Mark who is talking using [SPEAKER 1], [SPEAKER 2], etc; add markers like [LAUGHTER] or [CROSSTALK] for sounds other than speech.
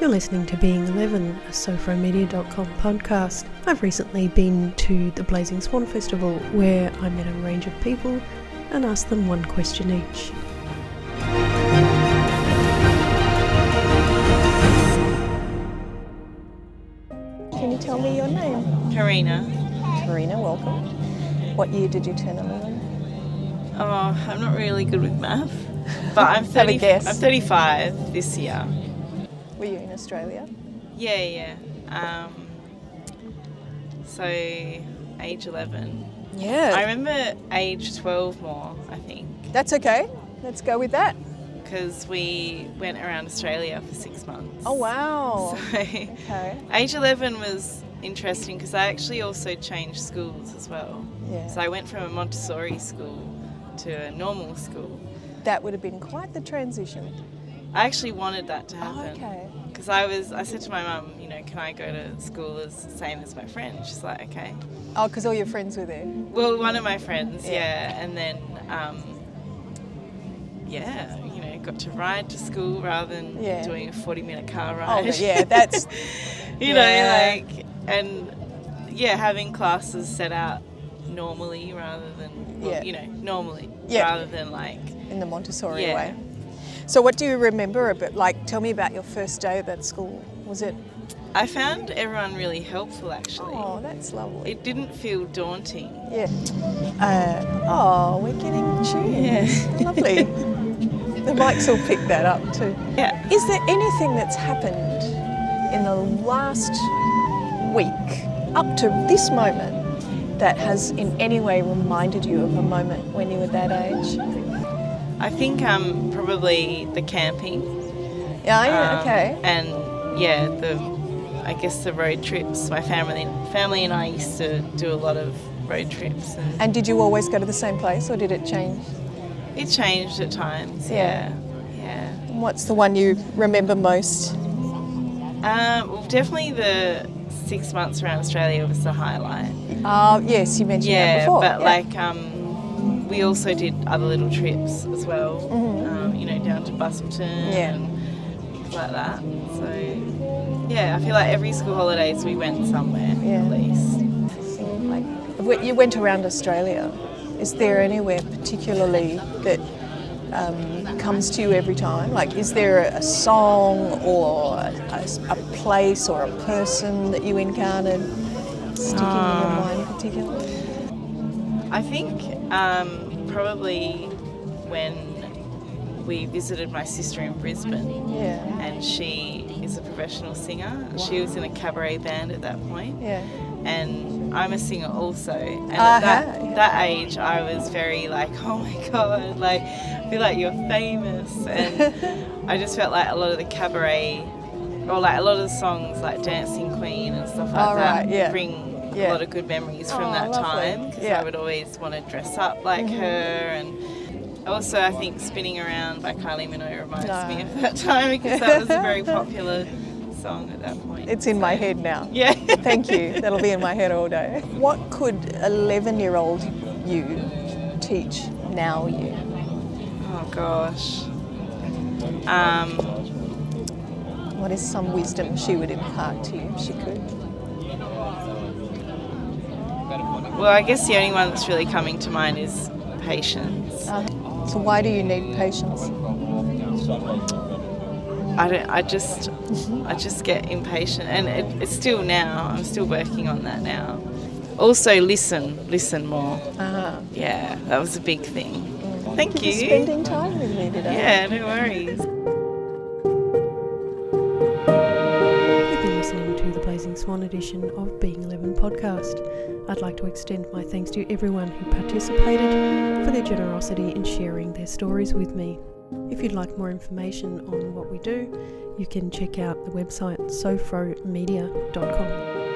[SPEAKER 1] You're listening to Being 11, a sofromedia.com podcast. I've recently been to the Blazing Swan Festival where I met a range of people and asked them one question each.
[SPEAKER 2] Can you tell me your name?
[SPEAKER 3] Karina.
[SPEAKER 2] Karina, welcome. What year did you turn 11?
[SPEAKER 3] Oh, I'm not really good with math, but
[SPEAKER 2] [LAUGHS]
[SPEAKER 3] I'm
[SPEAKER 2] Have a
[SPEAKER 3] 30,
[SPEAKER 2] guess.
[SPEAKER 3] I'm 35 this year.
[SPEAKER 2] Were you in Australia?
[SPEAKER 3] Yeah, yeah. Um, so age 11. I
[SPEAKER 2] Yeah.
[SPEAKER 3] remember age 12 more, I think,
[SPEAKER 2] That's okay. Let's go with that.
[SPEAKER 3] because we went around Australia for six months.
[SPEAKER 2] Oh, wow.
[SPEAKER 3] So
[SPEAKER 2] Okay.
[SPEAKER 3] [LAUGHS] age 11 was interesting because I actually also changed schools as well.
[SPEAKER 2] Yeah.
[SPEAKER 3] So I went from a Montessori school to a normal school.
[SPEAKER 2] That would have been quite the transition.
[SPEAKER 3] I actually wanted that to
[SPEAKER 2] Oh,
[SPEAKER 3] happen.
[SPEAKER 2] okay.
[SPEAKER 3] Because I was, I said to my mum, you know, can I go to school as same as my friend? She's like, okay.
[SPEAKER 2] Oh, because all your friends were there.
[SPEAKER 3] Well, one of my friends,
[SPEAKER 2] Yeah.
[SPEAKER 3] yeah. And then, um, yeah, you know, got to ride to school rather than
[SPEAKER 2] Yeah.
[SPEAKER 3] doing a 40 minute car
[SPEAKER 2] Oh,
[SPEAKER 3] ride.
[SPEAKER 2] but
[SPEAKER 3] [LAUGHS]
[SPEAKER 2] yeah, that's.
[SPEAKER 3] you
[SPEAKER 2] yeah.
[SPEAKER 3] know, like, and yeah, having classes set out normally rather than, well,
[SPEAKER 2] Yeah.
[SPEAKER 3] you know, normally
[SPEAKER 2] Yeah.
[SPEAKER 3] rather than like,
[SPEAKER 2] in the Montessori
[SPEAKER 3] Yeah.
[SPEAKER 2] way. So, what do you remember about? Like, tell me about your first day at that school. Was it?
[SPEAKER 3] I found everyone really helpful actually.
[SPEAKER 2] Oh, that's lovely.
[SPEAKER 3] It didn't feel daunting.
[SPEAKER 2] Yeah. Uh, oh, we're getting tunes. [LAUGHS] Lovely. the mics will pick that up too.
[SPEAKER 3] Yeah.
[SPEAKER 2] Is there anything that's happened in the last week up to this moment that has in any way reminded you of a moment when you were that age?
[SPEAKER 3] I think um probably the camping.
[SPEAKER 2] Yeah, yeah,
[SPEAKER 3] um,
[SPEAKER 2] okay.
[SPEAKER 3] And yeah, the I guess the road trips. My family family and I used to do a lot of road trips and
[SPEAKER 2] And did you always go to the same place or did it change?
[SPEAKER 3] it changed at times.
[SPEAKER 2] Yeah.
[SPEAKER 3] Yeah. Yeah.
[SPEAKER 2] And What's the one you remember most?
[SPEAKER 3] Um, well definitely the six months around Australia was the highlight.
[SPEAKER 2] Uh, yes, you mentioned that
[SPEAKER 3] Yeah,
[SPEAKER 2] before.
[SPEAKER 3] but like um, we also did other little trips as well. Um, you know, down to Bustleton
[SPEAKER 2] Mm-hmm. Yeah.
[SPEAKER 3] and things like that. So yeah, I feel like every school holidays we went somewhere
[SPEAKER 2] Yeah.
[SPEAKER 3] at least.
[SPEAKER 2] Like, when you went around Australia. Is there anywhere particularly that um, comes to you every time? Like, is there a song or a, a place or a person that you encountered sticking in your mind particularly?
[SPEAKER 3] I think um, probably when we visited my sister in Brisbane,
[SPEAKER 2] Yeah.
[SPEAKER 3] and she is a professional singer. She was in a cabaret band at that point.
[SPEAKER 2] Yeah.
[SPEAKER 3] and I'm a singer also. And
[SPEAKER 2] Uh-huh.
[SPEAKER 3] at that, that age, I was very like, [LAUGHS] oh my god, like, I feel like you're famous.
[SPEAKER 2] [LAUGHS]
[SPEAKER 3] And I just felt like a lot of the cabaret, or like a lot of the songs, like Dancing Queen and stuff like
[SPEAKER 2] Oh,
[SPEAKER 3] that,
[SPEAKER 2] right, yeah.
[SPEAKER 3] bring
[SPEAKER 2] Yeah.
[SPEAKER 3] a lot of good memories from
[SPEAKER 2] Oh,
[SPEAKER 3] that
[SPEAKER 2] lovely.
[SPEAKER 3] time because
[SPEAKER 2] Yeah. Mm-hmm.
[SPEAKER 3] I would always want to dress up like her and. Also, I think Spinning Around by Kylie Minogue reminds
[SPEAKER 2] No.
[SPEAKER 3] me of that time because that was a
[SPEAKER 2] [LAUGHS]
[SPEAKER 3] very popular song at that point.
[SPEAKER 2] It's in my head now.
[SPEAKER 3] yeah.
[SPEAKER 2] Thank you. That'll be in my head all day. What could 11 year old you teach now you?
[SPEAKER 3] Oh gosh. Um,
[SPEAKER 2] What is some wisdom she would impart to you if she could?
[SPEAKER 3] well, I guess the only one that's really coming to mind is patience.
[SPEAKER 2] So why do you need patience?
[SPEAKER 3] I don't. I just.
[SPEAKER 2] Mm-hmm.
[SPEAKER 3] I just get impatient, and it, it's still now. I'm still working on that now. Also, listen. Listen more.
[SPEAKER 2] Uh-huh.
[SPEAKER 3] Yeah, that was a big thing. Thank
[SPEAKER 2] For
[SPEAKER 3] you.
[SPEAKER 2] spending time with me today.
[SPEAKER 3] Yeah, no worries.
[SPEAKER 1] You've been listening to the Blazing Swan edition of Being 11 podcast. I'd like to extend my thanks to everyone who participated for their generosity in sharing their stories with me. If you'd like more information on what we do, you can check out the website sofromedia.com.